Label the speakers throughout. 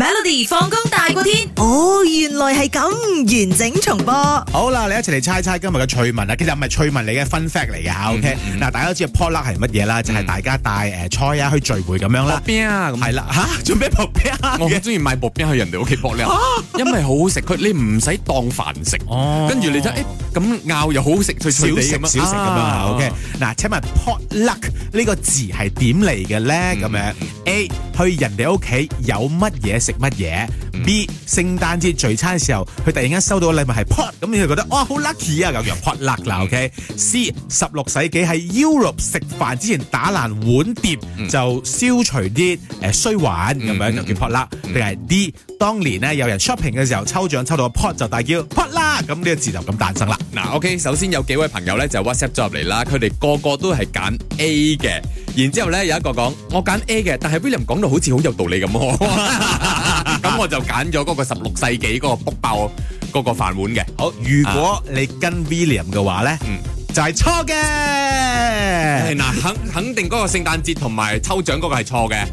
Speaker 1: Melody 放工大過天，哦，原來係咁，完整重播。
Speaker 2: 好啦，你一齊嚟猜猜今日嘅趣聞啦，其實唔係趣聞嚟嘅 fun fact 嚟嘅，OK？嗱，大家都知 potluck 係乜嘢啦，就係大家帶誒菜啊去聚會咁樣啦，
Speaker 3: 邊啊咁
Speaker 2: 係啦嚇，做咩 p o 啊？
Speaker 3: 我好中意買薄餅去人哋屋企薄咧，因為好好食，佢你唔使當飯食，
Speaker 2: 哦
Speaker 3: 跟住你就誒咁咬又好食，脆
Speaker 2: 少
Speaker 3: 脆地
Speaker 2: 食
Speaker 3: 咁
Speaker 2: 少
Speaker 3: 樣
Speaker 2: 食咁樣啊，OK？嗱，
Speaker 3: À.
Speaker 2: 請問 potluck 呢個字係點嚟嘅咧？咁樣 A 去人哋屋企有乜嘢食乜嘢？B 聖誕節聚餐嘅時候，佢突然間收到禮物係 pot，咁你就覺得哇好 lucky 啊咁樣 potluck 啦，OK？C 十六世紀喺 Europe 食飯之前打爛碗碟，就消除啲誒衰患咁樣就叫 potluck，定係 D 當年咧有人 shopping 嘅時候抽獎抽到個 pot 就大叫 potluck，咁呢個字就咁誕生啦。
Speaker 3: 嗱，OK，首先有幾位朋友咧就 WhatsApp 咗入嚟啦，佢哋個個都係揀 A 嘅，然之後咧有一個講我揀 A 嘅，但係 William 講到好似好有道理咁喎， 咁我就揀咗嗰個十六世紀嗰個卜爆嗰個飯碗嘅。
Speaker 2: 好，如果你跟 William 嘅話咧，
Speaker 3: 嗯
Speaker 2: 就係錯
Speaker 3: 誒
Speaker 2: 嘅。
Speaker 3: 嗱，肯肯定嗰個聖誕節同埋抽獎嗰個係錯嘅，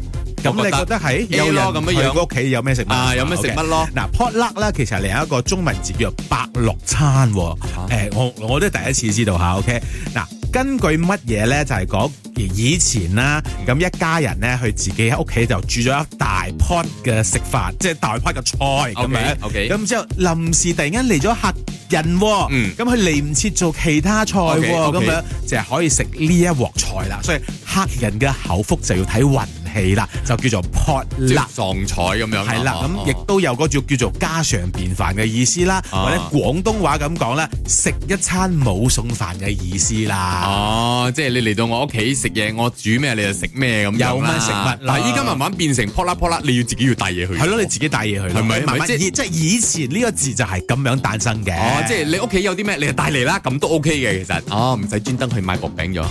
Speaker 2: 咁
Speaker 3: 我
Speaker 2: 你覺得係有
Speaker 3: A
Speaker 2: 人
Speaker 3: 咯咁樣
Speaker 2: 佢
Speaker 3: 樣
Speaker 2: 屋企有咩食物
Speaker 3: 啊，有咩食乜
Speaker 2: OK
Speaker 3: 咯？
Speaker 2: 嗱，potluck 咧，其實你有一個中文字叫做百樂餐喎。
Speaker 3: 啊
Speaker 2: 誒，我我都係第一次知道嚇。OK，嗱，根據乜嘢咧？就係講以前啦，
Speaker 3: 嗯
Speaker 2: 咁一家人咧，佢自己喺屋企就煮咗一大 pot 嘅食飯，即係大 pot 嘅菜咁
Speaker 3: OK，
Speaker 2: 樣。
Speaker 3: OK
Speaker 2: 咁之後臨時突然間嚟咗客人喎，
Speaker 3: 嗯
Speaker 2: 咁佢嚟唔切做其他菜喎，
Speaker 3: OK，OK
Speaker 2: 咁樣就係可以食呢一鑊菜啦。所以客人嘅口福就要睇運氣啦，就叫做 potluck
Speaker 3: 嗱，。撞彩咁樣。
Speaker 2: 係啦，
Speaker 3: 哦
Speaker 2: 咁
Speaker 3: 哦
Speaker 2: 亦都有個叫叫做家常便飯嘅意思啦，
Speaker 3: 啊
Speaker 2: 或者廣東話咁講咧，食一餐冇餸飯嘅意思啦。
Speaker 3: 哦，即係你嚟到我屋企食嘢，我煮咩你就食咩咁樣啦
Speaker 2: 有乜食物啦
Speaker 3: 但係依家慢慢變成撲啦撲啦，你要自己要帶嘢去。
Speaker 2: 係咯，你自己帶嘢去咯。
Speaker 3: 係咪
Speaker 2: 慢
Speaker 3: 咪
Speaker 2: 慢
Speaker 3: 即係
Speaker 2: 以即係以前呢個字就係咁樣誕生嘅。
Speaker 3: 哦，即係你屋企有啲咩，你就帶嚟啦，咁都 OK 嘅其實。哦，唔使專登去買薄餅咗。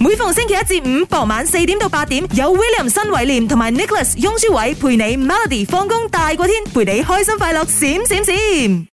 Speaker 1: 每逢星期一至五傍晚四點到八點，有 William 新偉廉同埋 Nicholas 雍舒偉陪你 Melody 放工大過天，陪你開心快樂閃閃閃。